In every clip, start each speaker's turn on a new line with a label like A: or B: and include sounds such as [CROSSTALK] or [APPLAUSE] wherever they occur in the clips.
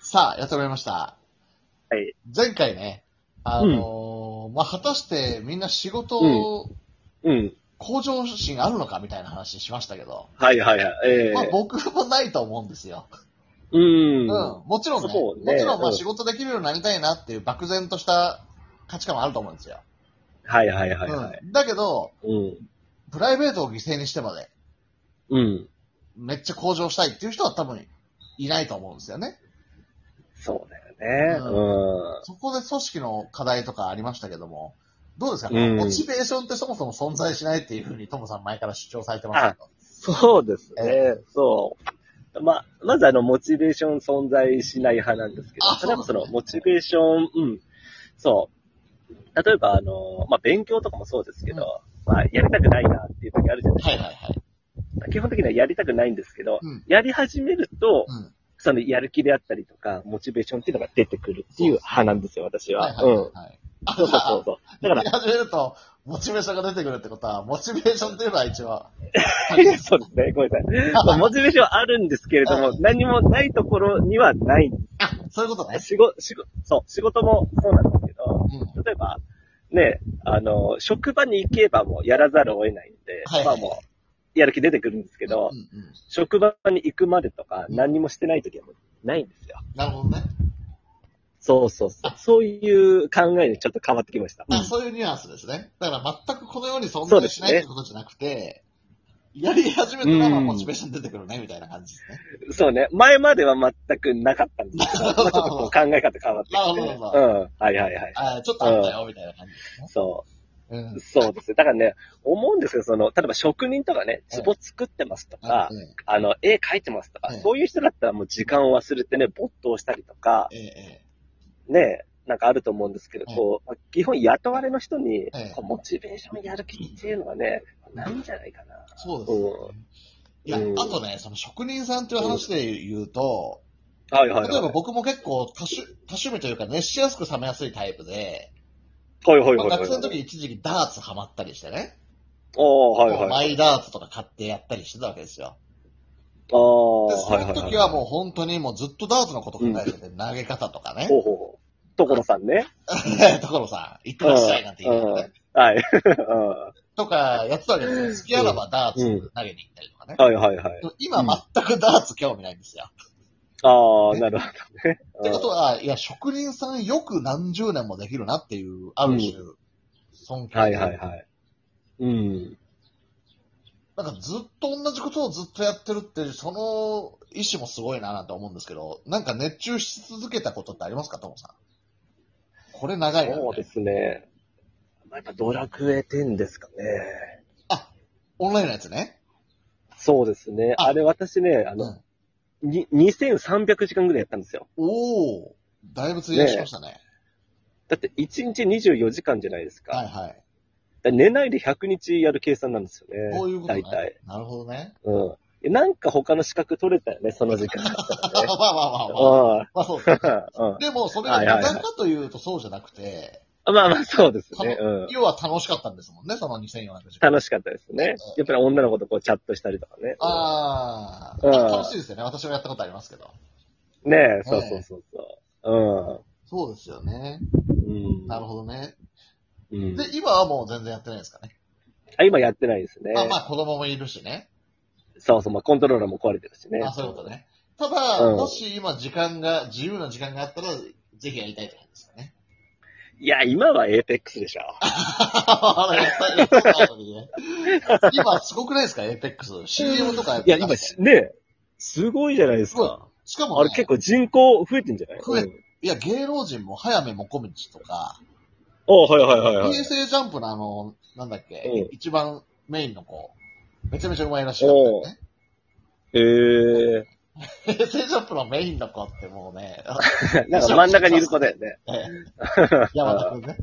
A: さあ、やってもらいました。
B: はい。
A: 前回ね、あのーまあ、果たしてみんな仕事を、
B: うん。
A: 向上心あるのかみたいな話しましたけど、
B: はいはいはい。ええ
A: まあ僕もないと思うんですよ。
B: うん。
A: うん。もちろんね、
B: そうね
A: もちろんまあ
B: うん
A: 仕事できるようになりたいなっていう漠然とした価値観はあると思うんですよ。
B: はいはいはいはい。
A: うん。だけど、
B: うん。
A: プライベートを犠牲にしてまで、
B: うん。
A: めっちゃ向上したいっていう人は多分いないと思うんですよね。
B: そうだよね。
A: そこで組織の課題とかありましたけども、どうですか、
B: うん
A: モチベーションってそもそも存在しないっていうふうにトムさん前から主張されてますけど。
B: そうです
A: え
B: ね。そう。まあ、まずあの、モチベーション存在しない派なんですけど
A: あ、
B: それもそ
A: そう
B: の、
A: なん
B: モチベーション、うん。そう。例えば、あの、まあ、勉強とかもそうですけど、まあ、やりたくないなっていう時あるじゃないですか。
A: はいはいはい。
B: 基本的にはやりたくないんですけど、
A: うん
B: やり始めると、
A: うん。
B: その、やる気であったりとか、モチベーションっていうのが出てくるっていう派なんですよ、私
A: は
B: は。
A: いはいはい、
B: うん。
A: はい。
B: そうそうそうそう。だから、 [LAUGHS]
A: 始めると、モチベーションが出てくるってことは、モチベーションっていうのは一応、
B: そうですね、ごめんな [LAUGHS] さい。まあ、モチベーションあるんですけれども、何もないところにはない。
A: あ、そういうことね。
B: 仕事、仕事、そう、仕事もそうなんですけど、
A: うん。
B: 例えば、ね、あの、職場に行けばもうやらざるを得ないんで、
A: はい
B: まあもう、やる気出てくるんですけど
A: う、んうん、
B: 職場に行くまでとか、何もしてない時はもうないんですよ。
A: なるほどね。
B: そうそうそう。そういう考えにちょっと変わってきました。
A: あ、そういうニュアンスですね。だから全くこの世に存在しない
B: そうですね
A: ってことじゃなくて、やり始めたらまあモチベーション出てくるね、みたいな感じですね。
B: そうね。前までは全くなかったん [LAUGHS] ですけど、まあちょっとこう考え方変わってきて。
A: な
B: う
A: るほど
B: ん。はいはいはい。
A: あちょっとあったよ、みたいな感じですね。
B: そう。
A: うん。うん
B: そうですね。だからね、思うんですけど、その、例えば職人とかね、壺作ってますとか、
A: え
B: あの、絵描いてますとか、
A: うん
B: そういう人だったらもう時間を忘れてね、没頭したりとか、
A: ええ
B: ね、なんかあると思うんですけど、
A: うん
B: こう、基本雇われの人に、
A: うん
B: こうモチベーションやる気っていうのはね、ないんじゃないかな。
A: そうですよね。いや、
B: うん
A: あとね、その職人さんっていう話で言うと、
B: はいはいはい。
A: 例えば僕も結構多種、多趣味というか熱しやすく冷めやすいタイプで、
B: はいはい
A: ま
B: はい
A: あ
B: はい。
A: 学生の時一時期ダーツハマったりしてね、
B: ああ、はいはい。
A: マイダーツとか買ってやったりしてたわけですよ。
B: ああ、
A: で、そ
B: はい
A: の
B: はい
A: 時
B: はい。
A: はもう本当にもうずっとダーツのこと考えてて、投げ方とかね、
B: ほうほうほう。所さんね。
A: [LAUGHS] 所さん、行ってらっしゃいなんて言うのね、
B: はい。 [LAUGHS] うん
A: とかやってたわけですよ。好きあらばダーツ投げに行ったりとかね。
B: はいはいはい
A: で。も今全くダーツ興味ないんですよ。
B: ああ、なるほどね。
A: ってことは、いや、職人さんよく何十年もできるなっていう、ある種、尊敬。
B: はいはいはい。うん。
A: なんかずっと同じことをずっとやってるって、その意志もすごいななんて思うんですけど、なんか熱中し続けたことってありますか、ともさん。これ長いなみたいな。
B: そうですね。まあやっぱドラクエ10ですかね。
A: オンラインのやつね。
B: そうですね。
A: あ
B: あれ私ね、あ
A: う
B: の
A: ん、、
B: に2300時間ぐらいやったんですよ。
A: おお、だいぶ費やしましたね。
B: だって1日24時間じゃないですか。
A: はいはい。
B: だから寝ないで100日やる計算なんですよね。
A: そういうことね
B: 大体。。
A: なるほどね。
B: うん。なんか他の資格取れたよね、その時間だった
A: [LAUGHS] まあまあまあま
B: [LAUGHS] らね。
A: あ。
B: う
A: まあそうですね。
B: ん。うん
A: でも、それが
B: はい
A: 無
B: はいはい
A: 駄かというとそうじゃなくて、
B: まあまあ、そうですね。 [LAUGHS]
A: た
B: うん。
A: 要は楽しかったんですもんね、その2400時間。
B: 楽しかったですね。やっぱり女の子とこうチャットしたりとかね。
A: ああ、
B: うん
A: 楽しいですよね。私もやったことありますけど。
B: ねえ、そうそうそうそう。
A: そうですよね。
B: うん。うん。
A: なるほどね。
B: うん
A: で、今はもう全然やってないですかね。
B: あ、今やってないですね。
A: まあまあ子供もいるしね。
B: そうそう、まあ、コントローラーも壊れてるしね。
A: あそういうことね。ただ、
B: うん
A: もし今時間が、自由な時間があったら、ぜひやりたいってことですよね。 [LAUGHS]
B: いや、今はエーペックスでしょ。
A: あれやったやったことあるね今、すごくないですか、エーペックス。CM とかやっ
B: い
A: て
B: や、
A: ます
B: 今、ねえ、すごいじゃないです
A: すごい
B: か。。
A: しかも、ね、
B: あれ結構人口増えてんじゃない
A: 増え
B: うん
A: いや、芸能人も、早めもこみちとか、
B: あ、はいはいはいはい。
A: 平成ジャンプのあの、なんだっけ、
B: うん
A: 一番メインの子、めちゃめちゃうまいらしかったね。
B: へえ
A: 平成ジャンプのメインの子ってもう
B: [LAUGHS]
A: ね、
B: ー。 [LAUGHS] なんか真ん中にいる子だよね。
A: 山田くんね。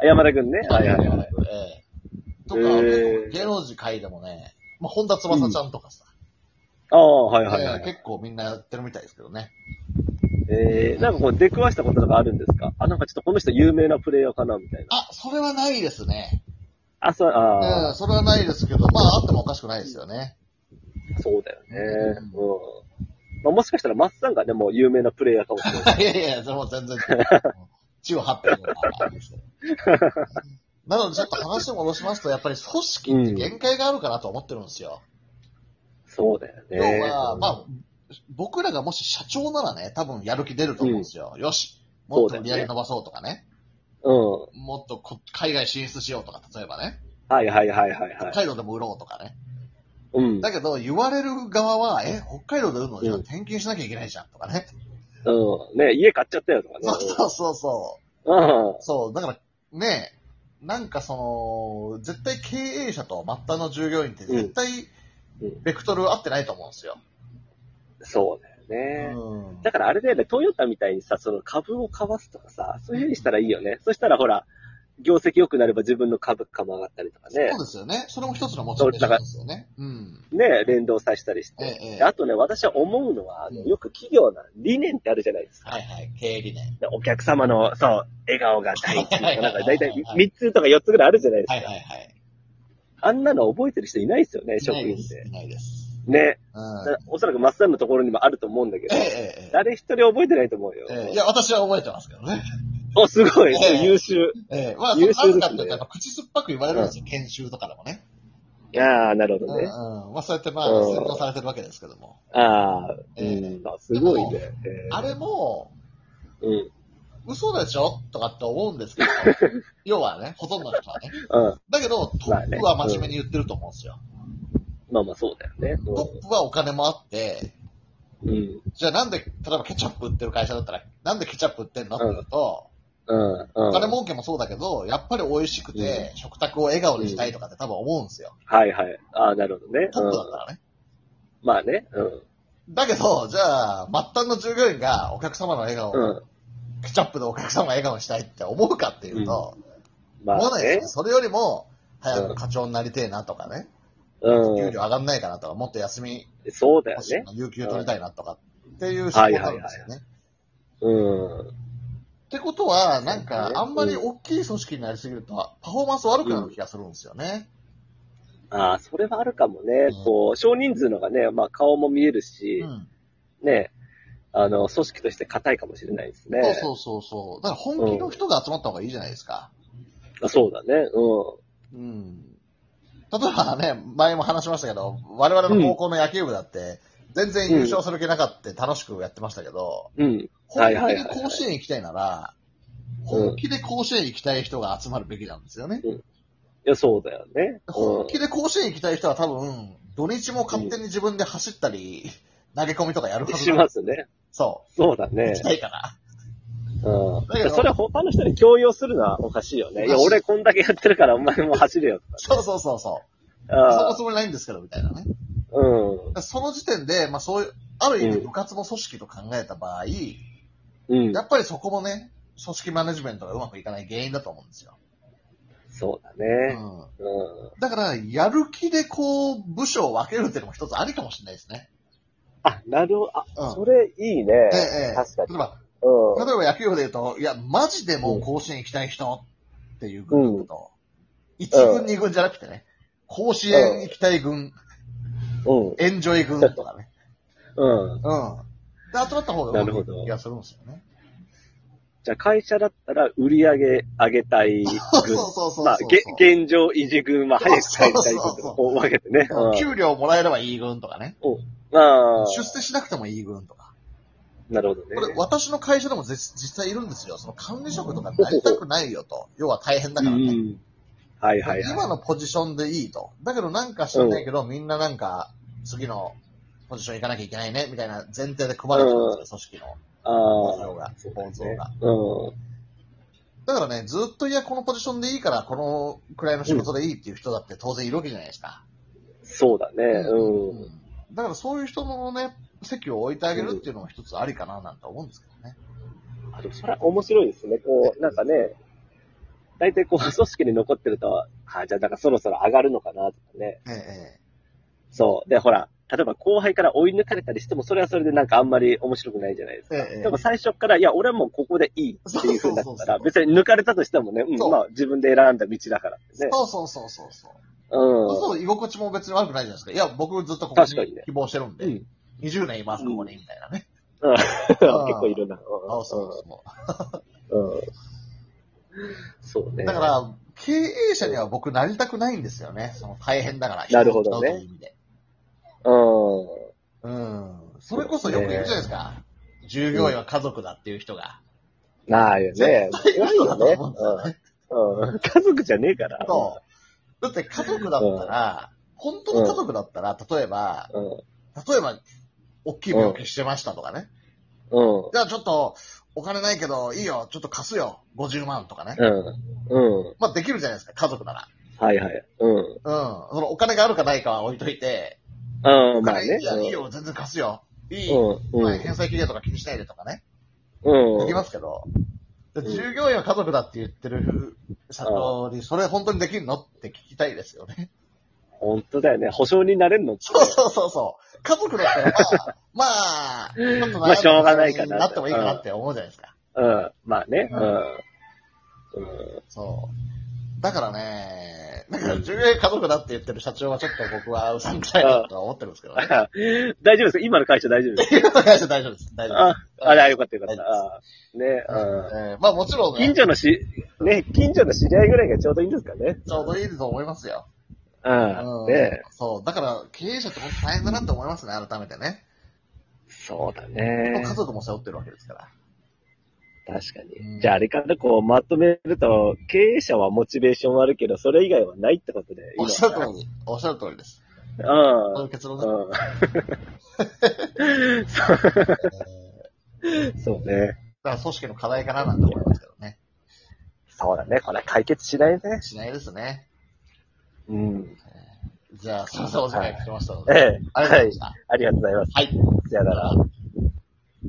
B: あ山田くんね。はいはい
A: 山
B: は
A: 田
B: い。
A: くんええとか、
B: へー
A: 芸能人界でもね、まあ、本田翼ちゃんとかさ、
B: ああ、はいはい
A: え
B: は
A: え
B: い。
A: 結構みんなやってるみたいですけどね。
B: えー、なんかこう出くわしたこととかあるんですかあ、なんかちょっとこの人有名なプレイヤーかなみたいな。
A: あ、それはないですね。
B: あ、そう、
A: うん、
B: ああ、
A: それはないですけど、まあ、あってもおかしくないですよね。
B: そうだよね。うん。まあ、もしかしたらマッサンがね、もう有名なプレイヤーかもし
A: [LAUGHS]
B: れな
A: [LAUGHS]
B: い。
A: いやいやいや、それも全然、うん地を張ってるのがあるんですけど。
B: [LAUGHS]
A: なので、ちょっと話を戻しますと、やっぱり組織って限界があるかなと思ってるんですよ。
B: そうだよね。
A: 要は、まあ、僕らがもし社長ならね、多分やる気出ると思うんですよ。よし、もっと売り上げ伸ばそうとかね。
B: うん。
A: もっとこ海外進出しようとか、例えばね。
B: はいはいはいはい
A: 北
B: はい。
A: 海道でも売ろうとかね。
B: うん。
A: だけど、言われる側は、え、北海道で売るのじゃあ
B: うん
A: 転勤しなきゃいけないじゃんとかね。
B: うん。ね家買っちゃったよとかね。
A: [LAUGHS] そうそうそうそう。
B: うん。
A: そう、だから、ねえ、なんかその、絶対経営者と末端の従業員って絶対
B: うん、
A: ベクトル合ってないと思うんですよ。
B: そう
A: う
B: だよね。
A: ん。
B: だからあれだよね、トヨタみたいにさ、その株を買わすとかさ、そういうふうにしたらいいよね。そしたらほら、業績良くなれば自分の株価も上がったりとかね
A: そう。ですよね。それも一つのモチベーションですよね。うん。
B: ね連動させたりし
A: ええ
B: て。、
A: ええ。
B: であとね、私は思うのは、あの
A: うん
B: よく企業の理念ってあるじゃないですか。
A: はいはい、経営理念。
B: でお客様の、そう、笑顔が大事とか、なんか大体
A: はいはいはい
B: 3つとか4つぐらいあるじゃないですか。
A: はいはいはい。
B: あんなの覚えてる人いないですよね、
A: い
B: 職
A: ない
B: 員っ
A: です。
B: て。
A: いないです。
B: ね。
A: うん。
B: だからおそらくマッサンのところにもあると思うんだけど
A: ええ、えええ
B: 誰一人覚えてないと思うよ。
A: え。ええいや、私は覚えてますけどね。
B: お、すごい、
A: ええ
B: 優秀。
A: ええ、まあ、そ
B: 優
A: の
B: 秀です
A: なん
B: ね
A: かっていうとやっぱ口酸っぱく言われるんですよ、研修とかでもね。
B: ああ、なる
A: う
B: ほ
A: ん
B: ど
A: うん
B: ね。。
A: まあ、そうやってまあ、
B: うん
A: 洗脳されてるわけですけども。
B: ああ、う
A: ええ
B: ん、あすごいね。ええ
A: あれも、
B: うん、うん、
A: 嘘でしょとかって思うんです
B: [LAUGHS]
A: けど、要はね、ほとんどの人はね。だけど、ト
B: まあ
A: ッ
B: ね
A: プは真面目に言ってると思うんですよ。
B: まあまあそうだよね。
A: トップはお金もあって、
B: うん、うん、
A: じゃあなんで、例えばケチャップ売ってる会社だったら、なんでケチャップ売ってんのって言うと、
B: うん。
A: お金
B: は
A: 儲けもそうだけど、やっぱり美味しくて、食卓を笑顔にしたいとかって多分思うんですよ。
B: いはい。ああ、なるほどね。
A: ト
B: う
A: ッ
B: ん
A: プだったらね。
B: まあね、うん、
A: だけど、じゃあ、末端の従業員がお客様の笑顔
B: う
A: を、
B: ん。
A: ケチャップでお客様を笑顔にしたいって思うかっていうと、
B: ま
A: 思わ
B: あ
A: ない
B: ね
A: です。よ。それよりも、早
B: うん
A: く課長になりてえなとかね。
B: う
A: 給料上
B: ん。
A: がんないかなとか、もっと休み
B: そうだよ
A: 欲しい
B: ね。
A: な、有給取りたいなとかっていう仕事なんですよね。
B: うん。
A: ってことは、なんか
B: う、ん
A: あんまり大きい組織になりすぎると、パフォーマンス悪くなる気がするんですよね。
B: ああ、それはあるかもね。
A: うん
B: こう、少人数のがね、まあ顔も見えるし
A: う、ん。
B: ね、あの、組織として硬いかもしれないですね。
A: そうそうそうそう。だから本気の人が集まった方がいいじゃないですか。
B: あそうだね。う
A: うん。例えばね、前も話しましたけど、我々の高校の野球部だって、全然優勝する気なかって楽しくやってましたけど、
B: ん。うん。
A: 本
B: はい
A: 気
B: はい
A: で
B: はいはい
A: 甲子園行きたいなら、
B: うん
A: 本気で甲子園行きたい人が集まるべきなんですよね。
B: いや、そうだよね。
A: 本気で甲子園行きたい人は多分、土日も勝手に自分で走ったり、投げ込みとかやるは [LAUGHS]
B: うん。
A: ず
B: し
A: だ
B: ますね。
A: そ
B: そうだ
A: う。
B: ね
A: 行 [LAUGHS] き。たいから。
B: うん。
A: だけど
B: それは他の人に強要するのはおかしいよね。い
A: お
B: や、
A: かしい
B: 俺こんだけやってるからお前も走れよ
A: そうそうそう [LAUGHS] そう。
B: と
A: そ
B: か
A: こ。そこないんですけど、みたいなね。
B: うん。
A: その時点で、まあそういう、ある意味
B: うん
A: 部活も組織と考えた場合、
B: うん。うん
A: や。っぱりそこもね、組織マネジメントがうまくいかない原因だと思うんですよ。
B: そうだ
A: う
B: ね。
A: ん。
B: うん。
A: だから、やる気でこう、部署を分けるっていうのも一つありかもしれないですね。
B: あ、なるほど。あ、
A: うん。
B: それいい
A: ええ。、
B: ね
A: ええ。
B: 確か
A: 例
B: に
A: え。ば、
B: うん
A: 例えば野球部で言うと、いや、マジでもう甲子園行きたい人っていうグループと、一軍二軍じゃなくてね、甲子園行きたい軍、
B: うん。
A: エンジョイ軍とかね。
B: うん。
A: うん。で、集まった方が
B: なるほど
A: いい気がするんですよね。
B: じゃあ会社だったら売り上げ上げたい
A: そう [LAUGHS]
B: 軍。
A: そうそう
B: まあ、げ現状維持軍は早く帰りたい軍とかこう分けてね。
A: そう。給料もらえればいい軍とかね。
B: うん。ああ。
A: 出世しなくてもいい軍とか。
B: なるほど
A: これ
B: ね。
A: 私の会社でもぜ実際いるんですよ。その管理職とかになりたくないよと。要は大変だ
B: う
A: からね。
B: ん。はいはいはい。
A: 今のポジションでいいと。だけどなんか知らないけど、みんななんか、次のポジション行かなきゃいけないね、みたいな前提で組まれてるんですよ、組織の構
B: ああ。
A: 造が、構造が。
B: うん。
A: だからね、ずっといや、このポジションでいいから、このくらいの仕事でいいっていう人だって当然いるわけじゃないですか。
B: そうだね。うん。
A: だからそういう人のね、席を置いてあげるっていうのも一つありかななんて思うんですけどね。
B: あ、でもそれは面白いですね。こう、なんかね、大体こう、 [LAUGHS] 組織に残ってると、あ、じゃあなんかそろそろ上がるのかなとかね。
A: ええ、
B: そう。で、ほら、例えば後輩から追い抜かれたりしても、それはそれでなんかあんまり面白くないじゃないですか。
A: ええええ
B: でも最初から、いや、俺はもうここでいいっていう風にな
A: そうそう
B: っ
A: そ
B: た
A: う
B: ら、
A: そう
B: 別に抜かれたとしてもね、うん、
A: そう
B: まあ自分で選んだ道だからって
A: ええ
B: ね。
A: そうそうそうそうそう。
B: うん。
A: そうすると居心地も別に悪くないじゃないですか。いや、僕ずっとここ
B: 確かに
A: に
B: ね
A: 希望してるんで。
B: うん
A: 20年います、ここに、みたいなね。
B: [LAUGHS] 結構いるな。
A: あそうそう
B: うん。うんそうね。
A: だから、経営者には僕なりたくないんですよね。その大変だから。
B: なるほど
A: 人を使
B: ね
A: うという意味で。
B: ら、うん。
A: うん。それこそよく言うじゃないですか。従業員は家族だっていう人が。
B: なあよね。
A: 絶対いるよね
B: うんうん家族じゃねえから。
A: そう。だって家族だったら、本当の家族だったら、例えば、
B: うん。
A: 例えば、大きい病気してましたとかね。
B: うん。
A: じゃあちょっと、お金ないけど、いいよ、ちょっと貸すよ、50万とかね。
B: うん。うん。
A: まあできるじゃないですか、家族なら。
B: はいはい。うん。
A: うん。そのお金があるかないかは置いといて、
B: うん、
A: お
B: まあ
A: 金
B: ね
A: い。やいいよ、全然貸すよ。いい。
B: うん。
A: ま
B: う
A: あ
B: ん。
A: 返済期限とか気にしないでとかね。
B: う
A: で
B: ん。
A: きますけど。で
B: ん
A: 従業員は家族だって言ってる社長に、それ本当にできるのって聞きたいですよね。
B: 本当だよね。保証になれるの
A: そうそうそうそう。家族だったら、まあ、まあ、ちょっと
B: まあしょうがないかな
A: なってもいいかなって思うじゃないですか。
B: うん。まあね。
A: う
B: うんん。
A: そう。だからね、なんか従業員家族だって言ってる社長はちょっと僕はうさんくさいなとは思ってるんですけど
B: [LAUGHS]
A: ね。
B: うん [LAUGHS] 大丈夫です。今の会社大丈夫です。
A: 今の会社 [LAUGHS] 大丈夫です。大丈夫
B: あ、あれ、よかったよかった。
A: 大丈
B: あね、うん。
A: えーまあもちろんね、
B: 近
A: ち
B: 所のし、ね、近所の知り合いぐらいがちょうどいいんですかね。
A: ょうどいいと思いますよ。
B: うん。
A: うん
B: ね。
A: そう。だから、経営者って本当大変だなって思いますね、改めてね。
B: そうだ
A: 家
B: ね。
A: 族も背負ってるわけですから。
B: 確か
A: うん
B: に。じゃああれからこう、まとめると、経営者はモチベーションはあるけど、それ以外はないってことで。
A: おっしゃる通り、おっしゃる通りです。
B: うん
A: そういう結論です。
B: うんそ
A: えー
B: うそうね。
A: だから組織の課題かななんて思いますけどね。
B: そうだね。これは解決しないね。
A: しないですね。
B: うん。
A: じゃあ、すいません、お時間来てましたので。
B: ええ。
A: ありがとうございました。
B: ありがとうございます。
A: はい。
B: さよなら。